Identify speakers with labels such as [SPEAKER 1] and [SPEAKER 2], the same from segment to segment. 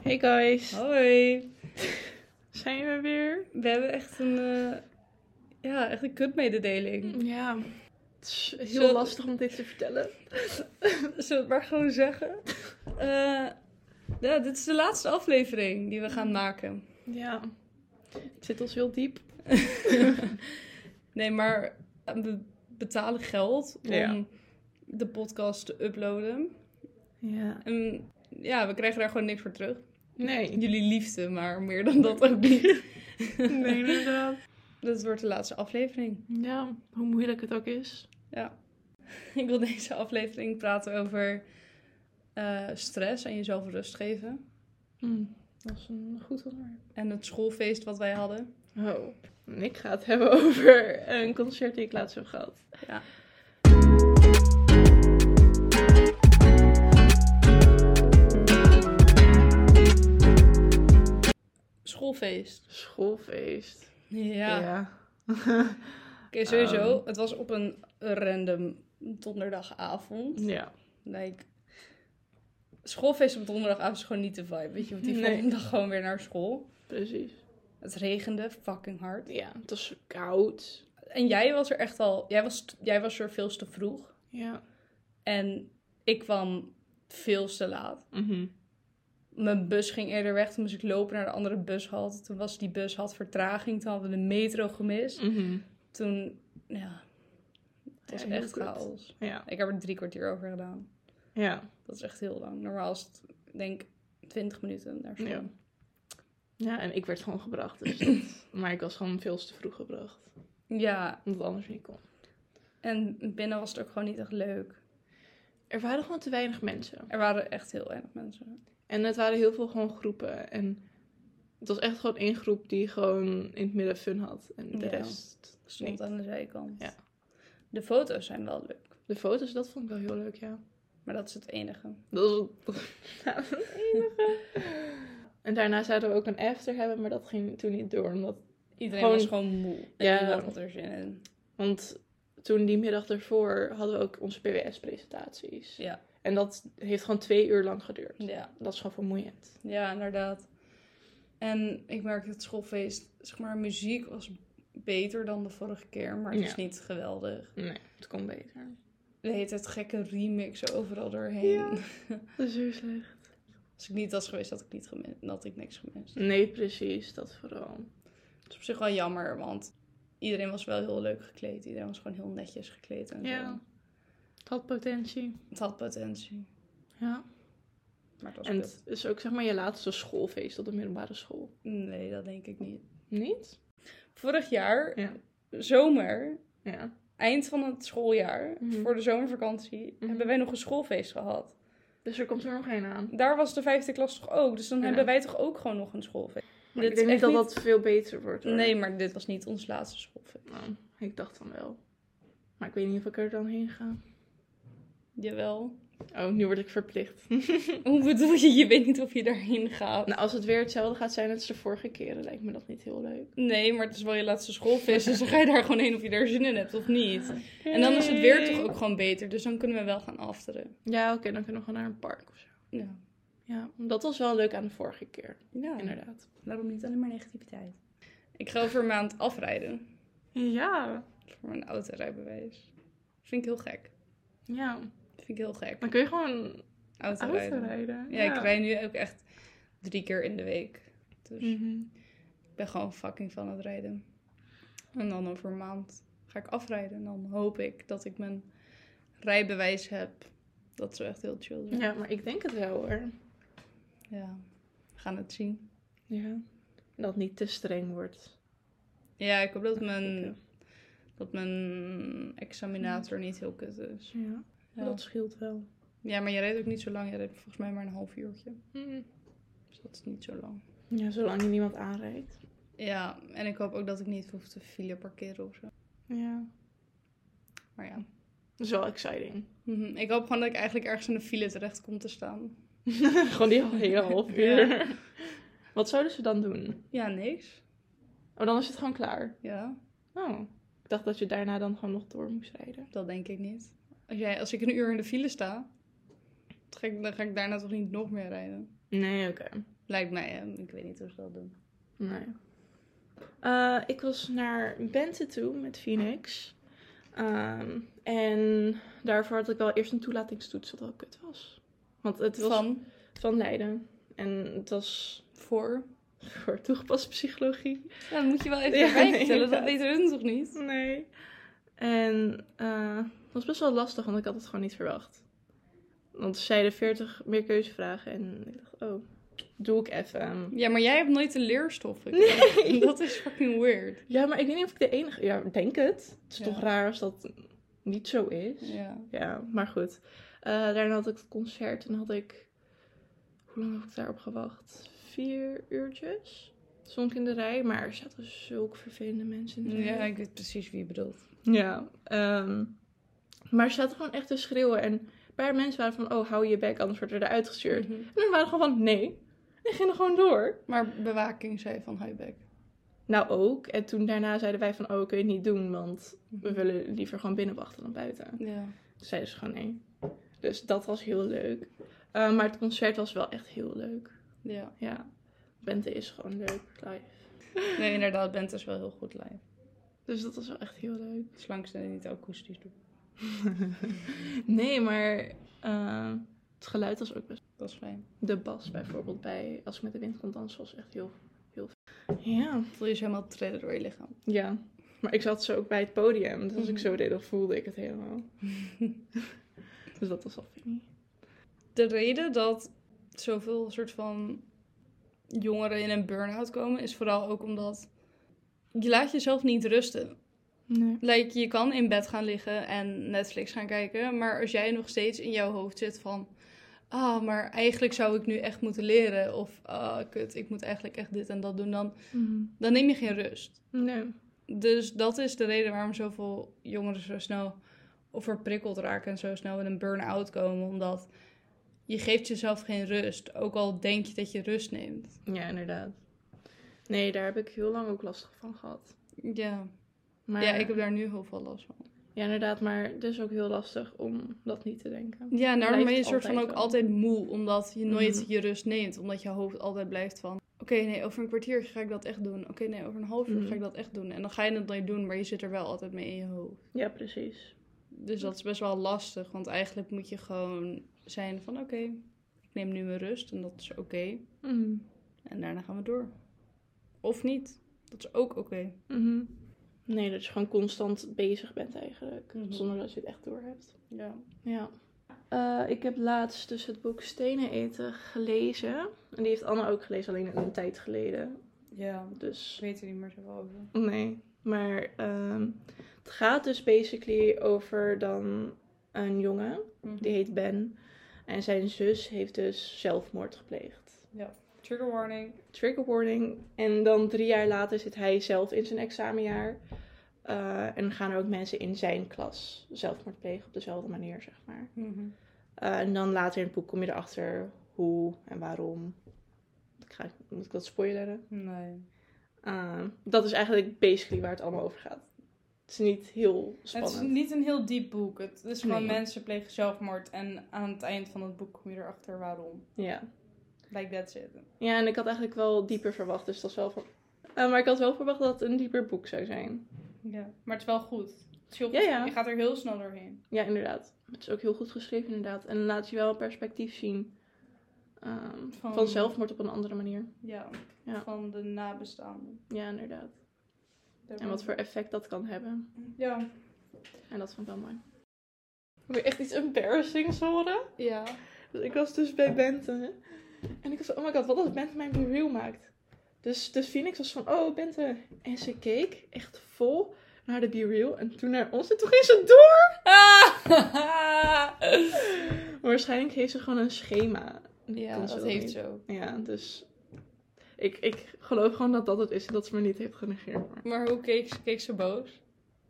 [SPEAKER 1] Hey guys,
[SPEAKER 2] Hoi.
[SPEAKER 1] zijn we weer?
[SPEAKER 2] We hebben echt een, eh ja, echt een kutmededeling.
[SPEAKER 1] Ja, het is heel
[SPEAKER 2] Zullen-
[SPEAKER 1] lastig om dit te vertellen.
[SPEAKER 2] Zullen we het maar gewoon zeggen? Eh, ja, dit is de laatste aflevering die we gaan maken.
[SPEAKER 1] Ja, het zit ons heel diep.
[SPEAKER 2] nee, maar eh, we betalen geld om
[SPEAKER 1] Ja.
[SPEAKER 2] de podcast te uploaden.
[SPEAKER 1] Ja.
[SPEAKER 2] En ja, we krijgen daar gewoon niks voor terug.
[SPEAKER 1] Nee.
[SPEAKER 2] Jullie liefde, maar meer dan dat ook niet.
[SPEAKER 1] Nee, inderdaad.
[SPEAKER 2] Dat wordt de laatste aflevering.
[SPEAKER 1] Ja, hoe moeilijk het ook is.
[SPEAKER 2] Ja. Ik wil deze aflevering praten over eh, stress en jezelf rust geven.
[SPEAKER 1] Hmm, Dat is een goed onderwerp.
[SPEAKER 2] En het schoolfeest wat wij hadden.
[SPEAKER 1] Oh, en ik ga het hebben over een concert die ik laatst heb gehad.
[SPEAKER 2] Ja. Schoolfeest.
[SPEAKER 1] Schoolfeest.
[SPEAKER 2] Ja. Ehm. Oké, sowieso. het was op een random donderdagavond.
[SPEAKER 1] ja.
[SPEAKER 2] Like, schoolfeest op donderdagavond is gewoon niet de vibe. Weet je, want die
[SPEAKER 1] Nee.
[SPEAKER 2] volgende dag gewoon weer naar school.
[SPEAKER 1] precies.
[SPEAKER 2] Het regende fucking hard.
[SPEAKER 1] Ja, het was koud.
[SPEAKER 2] En jij was er echt al... Jij was, jij was er veel te vroeg.
[SPEAKER 1] Ja.
[SPEAKER 2] En ik kwam veel te laat.
[SPEAKER 1] Mhm.
[SPEAKER 2] mijn bus ging eerder weg. Toen moest ik lopen naar de andere bushalte. Toen was die bus had vertraging. Toen hadden we de metro gemist.
[SPEAKER 1] Mhm.
[SPEAKER 2] Toen, ja, het was
[SPEAKER 1] Ja, heel
[SPEAKER 2] echt
[SPEAKER 1] kut.
[SPEAKER 2] chaos.
[SPEAKER 1] Ja.
[SPEAKER 2] Ik heb er drie kwartier over gedaan.
[SPEAKER 1] Ja.
[SPEAKER 2] Dat is echt heel lang. Normaal is het, denk ik, 20 minuten naar school.
[SPEAKER 1] Ja. ja, en ik werd gewoon gebracht. Dus dat- Maar ik was gewoon veel te vroeg gebracht.
[SPEAKER 2] Ja,
[SPEAKER 1] Omdat het anders niet kon.
[SPEAKER 2] en binnen was het ook gewoon niet echt leuk.
[SPEAKER 1] Er waren gewoon te weinig mensen.
[SPEAKER 2] Er waren echt heel weinig mensen.
[SPEAKER 1] En het waren heel veel gewoon groepen. En het was echt gewoon één groep die gewoon in het midden fun had. En de
[SPEAKER 2] Ja.
[SPEAKER 1] rest
[SPEAKER 2] Stond
[SPEAKER 1] niet.
[SPEAKER 2] aan de zijkant.
[SPEAKER 1] Ja.
[SPEAKER 2] De foto's zijn wel leuk,
[SPEAKER 1] De foto's, dat vond ik wel heel leuk, ja.
[SPEAKER 2] maar dat is het enige.
[SPEAKER 1] Dat was het het enige. En daarna zouden we ook een after hebben, maar dat ging toen niet door. Omdat
[SPEAKER 2] Iedereen
[SPEAKER 1] Gewoon-
[SPEAKER 2] was gewoon moe. En
[SPEAKER 1] Ja.
[SPEAKER 2] niemand had er zin in.
[SPEAKER 1] Want toen die middag daarvoor hadden we ook onze PWS-presentaties.
[SPEAKER 2] Ja.
[SPEAKER 1] En dat heeft gewoon twee uur lang geduurd.
[SPEAKER 2] Ja.
[SPEAKER 1] Dat is gewoon vermoeiend.
[SPEAKER 2] Ja, inderdaad. En ik merkte het schoolfeest, zeg maar, muziek was beter dan de vorige keer, maar het is
[SPEAKER 1] Ja.
[SPEAKER 2] niet geweldig.
[SPEAKER 1] Nee, het kon beter.
[SPEAKER 2] De heet het gekke remix overal doorheen.
[SPEAKER 1] Ja. Dat is heel slecht.
[SPEAKER 2] Als ik niet was geweest, had ik, niet gemist, had ik niks gemist.
[SPEAKER 1] Nee, precies. Dat vooral.
[SPEAKER 2] Het is op zich wel jammer, want iedereen was wel heel leuk gekleed. Iedereen was gewoon heel netjes gekleed en zo.
[SPEAKER 1] Ja. Het had potentie.
[SPEAKER 2] Het had potentie,
[SPEAKER 1] Ja.
[SPEAKER 2] maar het was
[SPEAKER 1] En
[SPEAKER 2] kut.
[SPEAKER 1] het is ook zeg maar je laatste schoolfeest op de middelbare school.
[SPEAKER 2] Nee, dat denk ik niet.
[SPEAKER 1] Niet?
[SPEAKER 2] Vorig jaar,
[SPEAKER 1] Ja.
[SPEAKER 2] zomer,
[SPEAKER 1] Ja.
[SPEAKER 2] eind van het schooljaar,
[SPEAKER 1] Mhm.
[SPEAKER 2] voor de zomervakantie,
[SPEAKER 1] Mhm.
[SPEAKER 2] hebben wij nog een schoolfeest gehad.
[SPEAKER 1] Dus er komt er nog één aan.
[SPEAKER 2] Daar was de vijfde klas toch ook. Dus dan
[SPEAKER 1] Ja.
[SPEAKER 2] hebben wij toch ook gewoon nog een schoolfeest.
[SPEAKER 1] Maar
[SPEAKER 2] Dit
[SPEAKER 1] ik
[SPEAKER 2] is
[SPEAKER 1] denk niet
[SPEAKER 2] echt
[SPEAKER 1] dat
[SPEAKER 2] niet-
[SPEAKER 1] dat veel beter wordt. hoor.
[SPEAKER 2] Nee, maar dit was niet ons laatste schoolfeest.
[SPEAKER 1] Nou, ik dacht dan wel. Maar ik weet niet of ik er dan heen ga.
[SPEAKER 2] Jawel.
[SPEAKER 1] Oh, nu word ik verplicht.
[SPEAKER 2] Hoe bedoel je? Je weet niet of je daarheen gaat.
[SPEAKER 1] Nou, als het weer hetzelfde gaat zijn als de vorige keren, lijkt me dat niet heel leuk.
[SPEAKER 2] Nee, maar het is wel je laatste schoolfeest. Dus dan ga je daar gewoon heen of je daar zin in hebt of niet. En dan is het weer toch ook gewoon beter. Dus dan kunnen we wel gaan afteren.
[SPEAKER 1] Ja, oké, dan kunnen we gewoon naar een park of zo.
[SPEAKER 2] Ja.
[SPEAKER 1] Ja, dat was wel leuk aan de vorige keer,
[SPEAKER 2] ja.
[SPEAKER 1] inderdaad.
[SPEAKER 2] Waarom niet alleen maar negativiteit? Ik ga over een maand afrijden.
[SPEAKER 1] Ja,
[SPEAKER 2] Voor mijn autorijbewijs. Vind ik heel gek.
[SPEAKER 1] ja.
[SPEAKER 2] Vind ik heel gek.
[SPEAKER 1] Dan kun je gewoon
[SPEAKER 2] Autorijden.
[SPEAKER 1] uitrijden.
[SPEAKER 2] Ja, ik rij nu ook echt drie keer in de week. Dus...
[SPEAKER 1] Mhm.
[SPEAKER 2] Ik ben gewoon fucking van het rijden. En dan over een maand ga ik afrijden. En dan hoop ik dat ik mijn rijbewijs heb. Dat zou echt heel chill zijn.
[SPEAKER 1] Ja, maar ik denk het wel hoor.
[SPEAKER 2] Ja. We gaan het zien.
[SPEAKER 1] Ja. Dat het niet te streng wordt.
[SPEAKER 2] Ja, ik hoop dat
[SPEAKER 1] Ik,
[SPEAKER 2] mijn, dat mijn examinator niet heel kut is.
[SPEAKER 1] Ja,
[SPEAKER 2] Ja.
[SPEAKER 1] dat scheelt wel.
[SPEAKER 2] ja, maar je rijdt ook niet zo lang. Je rijdt volgens mij maar een half uurtje.
[SPEAKER 1] Mhm.
[SPEAKER 2] Dus dat is niet zo lang.
[SPEAKER 1] Ja, zolang je niemand aanrijdt.
[SPEAKER 2] Ja, en ik hoop ook dat ik niet hoef te file parkeren of zo.
[SPEAKER 1] Ja.
[SPEAKER 2] Maar ja.
[SPEAKER 1] Dat is wel exciting.
[SPEAKER 2] Mhm. Ik hoop gewoon dat ik eigenlijk ergens in de file terecht kom te staan.
[SPEAKER 1] Gewoon die hele half uur. Wat zouden ze dan doen?
[SPEAKER 2] Ja, niks.
[SPEAKER 1] Oh, dan is het gewoon klaar.
[SPEAKER 2] Ja.
[SPEAKER 1] Oh. Ik dacht dat je daarna dan gewoon nog door moest rijden.
[SPEAKER 2] Dat denk ik niet. Als, jij, als ik een uur in de file sta, dan ga ik, dan ga ik daarna toch niet nog meer rijden.
[SPEAKER 1] Nee, oké.
[SPEAKER 2] Lijkt mij, hè. ik weet niet hoe ze dat doen.
[SPEAKER 1] Nee. Eh, ik was naar Bente toe met Phoenix. Ehm, en daarvoor had ik wel eerst een toelatingstoets, wat wel kut was. Want het was van,
[SPEAKER 2] Van,
[SPEAKER 1] Leiden. En het was
[SPEAKER 2] voor.
[SPEAKER 1] voor toegepaste psychologie.
[SPEAKER 2] Ja, dat moet je wel even
[SPEAKER 1] Ja,
[SPEAKER 2] erbij
[SPEAKER 1] nee,
[SPEAKER 2] vertellen. Dat
[SPEAKER 1] inderdaad.
[SPEAKER 2] weten hun toch niet?
[SPEAKER 1] Nee. En eh, het was best wel lastig, want ik had het gewoon niet verwacht. Want ze zeiden 40 meer keuzevragen. En ik dacht, oh, doe ik even.
[SPEAKER 2] Ja, maar jij hebt nooit de leerstoffen.
[SPEAKER 1] Nee.
[SPEAKER 2] Dat is fucking weird.
[SPEAKER 1] Ja, maar ik weet niet of ik de enige... Ja, ik denk het. Het is
[SPEAKER 2] Ja.
[SPEAKER 1] toch raar als dat niet zo is.
[SPEAKER 2] Ja.
[SPEAKER 1] Ja, maar goed. Eh, daarna had ik het concert en had ik... Hoe lang heb ik daarop gewacht? Vier uurtjes? Stond ik in de rij, maar er zaten zulke vervelende mensen in de rij.
[SPEAKER 2] ja, ik weet precies wie je bedoelt.
[SPEAKER 1] Ja, ehm, maar ze zaten gewoon echt te schreeuwen. En een paar mensen waren van, oh, hou je bek, anders wordt er eruit gestuurd.
[SPEAKER 2] Mhm.
[SPEAKER 1] En dan waren gewoon van, nee. En gingen gewoon door.
[SPEAKER 2] Maar bewaking zei van Huybeck.
[SPEAKER 1] Nou ook. En toen daarna zeiden wij van, oh, kun je het niet doen, want we willen liever gewoon binnen wachten dan buiten.
[SPEAKER 2] Ja.
[SPEAKER 1] Toen zeiden ze gewoon nee. Dus dat was heel leuk. Eh, maar het concert was wel echt heel leuk.
[SPEAKER 2] ja.
[SPEAKER 1] Ja, Bente is gewoon leuk live.
[SPEAKER 2] Nee, inderdaad, Bente is wel heel goed live.
[SPEAKER 1] Dus dat was wel echt heel leuk.
[SPEAKER 2] Zolang ze het niet akoestisch doet.
[SPEAKER 1] Nee, maar eh, het geluid was ook best
[SPEAKER 2] Dat is fijn.
[SPEAKER 1] De bas bijvoorbeeld bij Als ik met de wind kon dansen was echt heel, heel Ja.
[SPEAKER 2] Voel je ze helemaal trillen door je lichaam.
[SPEAKER 1] Ja. Maar ik zat zo ook bij het podium. Dus als ik
[SPEAKER 2] Mhm.
[SPEAKER 1] zo deed, dan voelde ik het helemaal. dus dat was al fijn.
[SPEAKER 2] De reden dat zoveel soort van jongeren in een burn-out komen, is vooral ook omdat je laat jezelf niet rusten.
[SPEAKER 1] Nee.
[SPEAKER 2] Like, je kan in bed gaan liggen en Netflix gaan kijken, maar als jij nog steeds in jouw hoofd zit van... Ah, maar eigenlijk zou ik nu echt moeten leren. Of, ah, kut, ik moet eigenlijk echt dit en dat doen. Dan, dan neem je geen rust.
[SPEAKER 1] Mhm. Nee.
[SPEAKER 2] Dus dat is de reden waarom zoveel jongeren zo snel overprikkeld raken en zo snel in een burn-out komen. Omdat je geeft jezelf geen rust. Ook al denk je dat je rust neemt.
[SPEAKER 1] Ja, inderdaad. Nee, daar heb ik heel lang ook last van gehad.
[SPEAKER 2] Ja,
[SPEAKER 1] Maar,
[SPEAKER 2] ja ik heb daar nu heel veel last van.
[SPEAKER 1] ja, inderdaad. Maar het is ook heel lastig om dat niet te denken.
[SPEAKER 2] Ja, en daarom
[SPEAKER 1] Blijft
[SPEAKER 2] ben je soort van ook
[SPEAKER 1] altijd wel.
[SPEAKER 2] altijd moe. Omdat je nooit
[SPEAKER 1] Mhm.
[SPEAKER 2] je rust neemt. Omdat je hoofd altijd blijft van... Oké, nee, over een kwartier ga ik dat echt doen. Oké, nee, over een half uur
[SPEAKER 1] Mhm.
[SPEAKER 2] ga ik dat echt doen. En dan ga je het nooit doen, maar je zit er wel altijd mee in je hoofd.
[SPEAKER 1] Ja, precies.
[SPEAKER 2] Dus dat is best wel lastig, want eigenlijk moet je gewoon zijn van oké, ik neem nu mijn rust en dat is oké.
[SPEAKER 1] Mhm.
[SPEAKER 2] En daarna gaan we door. Of niet. Dat is ook oké.
[SPEAKER 1] Mhm. Nee, dat je gewoon constant bezig bent eigenlijk.
[SPEAKER 2] Mhm.
[SPEAKER 1] Zonder dat je het echt door hebt.
[SPEAKER 2] Ja.
[SPEAKER 1] Ja. Eh, ik heb laatst dus het boek Stenen eten gelezen. En die heeft Anne ook gelezen, alleen een tijd geleden.
[SPEAKER 2] Ja,
[SPEAKER 1] Dus
[SPEAKER 2] weet er niet meer zoveel over.
[SPEAKER 1] nee. Maar ehm, het gaat dus basically over dan een jongen,
[SPEAKER 2] Mhm.
[SPEAKER 1] die heet Ben. En zijn zus heeft dus zelfmoord gepleegd.
[SPEAKER 2] Trigger warning.
[SPEAKER 1] Trigger warning. En dan drie jaar later zit hij zelf in zijn examenjaar. Eh, en gaan er ook mensen in zijn klas zelfmoord plegen op dezelfde manier, zeg maar.
[SPEAKER 2] Mhm.
[SPEAKER 1] Uh, en dan later in het boek kom je erachter hoe en waarom. Ik ga, moet ik dat spoileren?
[SPEAKER 2] Nee.
[SPEAKER 1] Uh, dat is eigenlijk basically waar het allemaal over gaat. Het is niet heel
[SPEAKER 2] Het is
[SPEAKER 1] spannend.
[SPEAKER 2] niet een heel diep boek. Het is gewoon
[SPEAKER 1] Nee.
[SPEAKER 2] mensen plegen zelfmoord en aan het eind van het boek kom je erachter waarom.
[SPEAKER 1] Ja.
[SPEAKER 2] Like that's it.
[SPEAKER 1] ja, en ik had eigenlijk wel dieper verwacht, dus dat is wel van... Eh, maar ik had wel verwacht dat het een dieper boek zou zijn.
[SPEAKER 2] Ja. Maar het is wel goed. Het is heel
[SPEAKER 1] Ja,
[SPEAKER 2] goed.
[SPEAKER 1] ja.
[SPEAKER 2] Je gaat er heel snel doorheen.
[SPEAKER 1] Ja, inderdaad. Het is ook heel goed geschreven, inderdaad. En laat je wel een perspectief zien ehm,
[SPEAKER 2] Van-
[SPEAKER 1] van zelfmoord op een andere manier.
[SPEAKER 2] Ja.
[SPEAKER 1] Ja.
[SPEAKER 2] Van de nabestaanden.
[SPEAKER 1] Ja, inderdaad. En wat voor effect dat kan hebben.
[SPEAKER 2] Ja.
[SPEAKER 1] En dat vond ik wel mooi. Wil je echt iets embarrassings horen?
[SPEAKER 2] Ja.
[SPEAKER 1] Dus ik was dus bij Bente. En ik was van, oh my god, wat als Bente mijn Blue Reel maakt? Dus, dus Phoenix was van, oh Bente. En ze keek echt vol naar de B-Reel. En toen naar ons. En toen ging ze door. Maar waarschijnlijk heeft ze gewoon een schema.
[SPEAKER 2] ja,
[SPEAKER 1] Kon
[SPEAKER 2] dat,
[SPEAKER 1] ze
[SPEAKER 2] heeft
[SPEAKER 1] niet.
[SPEAKER 2] ze ook.
[SPEAKER 1] Ja, dus ik, ik geloof gewoon dat dat het is. En dat ze me niet heeft genegeerd. Maar...
[SPEAKER 2] Maar hoe keek ze? Keek ze boos?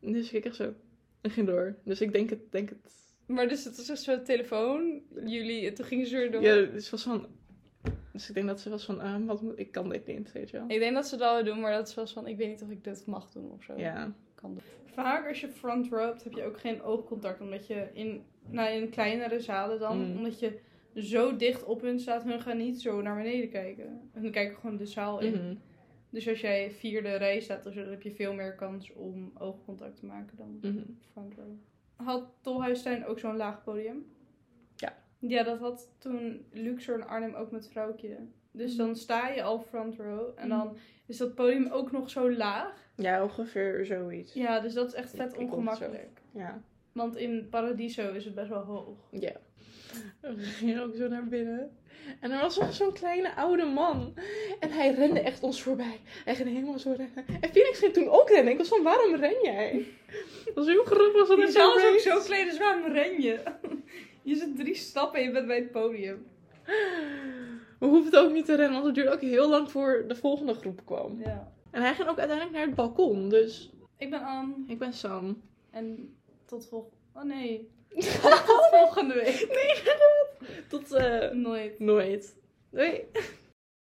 [SPEAKER 1] Dus ik keek echt zo. En ging door. Dus ik denk het, denk het.
[SPEAKER 2] Maar dus het was echt zo'n telefoon. Jullie, en toen gingen ze weer door.
[SPEAKER 1] Ja, dus ze was van... Dus ik denk dat ze was van, ah, wat moet, ik kan dit niet, weet je wel.
[SPEAKER 2] Ik denk dat ze dat wel doen, maar dat ze was van, ik weet niet of ik dit mag doen of zo.
[SPEAKER 1] Ja,
[SPEAKER 2] Kan doen. Vaak als je front rowt, heb je ook geen oogcontact. Omdat je in, nou, in kleinere zalen dan,
[SPEAKER 1] Mm.
[SPEAKER 2] omdat je zo dicht op hun staat, hun gaan niet zo naar beneden kijken. Hun kijken gewoon de zaal in.
[SPEAKER 1] Mhm.
[SPEAKER 2] Dus als jij vierde rij staat, of zo, dan heb je veel meer kans om oogcontact te maken dan
[SPEAKER 1] Mhm.
[SPEAKER 2] front row. Had Tolhuistuin ook zo'n laag podium?
[SPEAKER 1] Ja.
[SPEAKER 2] Ja, dat had toen Luxor in Arnhem ook met vrouwtje. Dus
[SPEAKER 1] Mhm.
[SPEAKER 2] dan sta je al front row en dan is dat podium ook nog zo laag.
[SPEAKER 1] Ja, ongeveer zoiets.
[SPEAKER 2] Ja, dus dat is echt vet
[SPEAKER 1] Ik- ik kom
[SPEAKER 2] ongemakkelijk.
[SPEAKER 1] Ja.
[SPEAKER 2] Want in Paradiso is het best wel hoog.
[SPEAKER 1] Ja. We gingen ook zo naar binnen. En er was nog zo'n kleine oude man. En hij rende echt ons voorbij. Hij ging helemaal zo rennen. En Phoenix ging toen ook rennen. Ik was van, waarom ren jij? Dat was heel grappig. Dat
[SPEAKER 2] Die
[SPEAKER 1] hij
[SPEAKER 2] zaal is ook
[SPEAKER 1] reed.
[SPEAKER 2] zo klein, dus waarom ren je? Je zit drie stappen en je bent bij het podium.
[SPEAKER 1] We hoefden ook niet te rennen, want het duurde ook heel lang voor de volgende groep kwam.
[SPEAKER 2] Ja.
[SPEAKER 1] En hij ging ook uiteindelijk naar het balkon. Dus
[SPEAKER 2] Ik ben aan
[SPEAKER 1] ik ben Sam.
[SPEAKER 2] en tot volgende... Oh nee. Tot volgende week.
[SPEAKER 1] Nee, Gerrit! Tot eh,
[SPEAKER 2] Nooit.
[SPEAKER 1] nooit. Doei.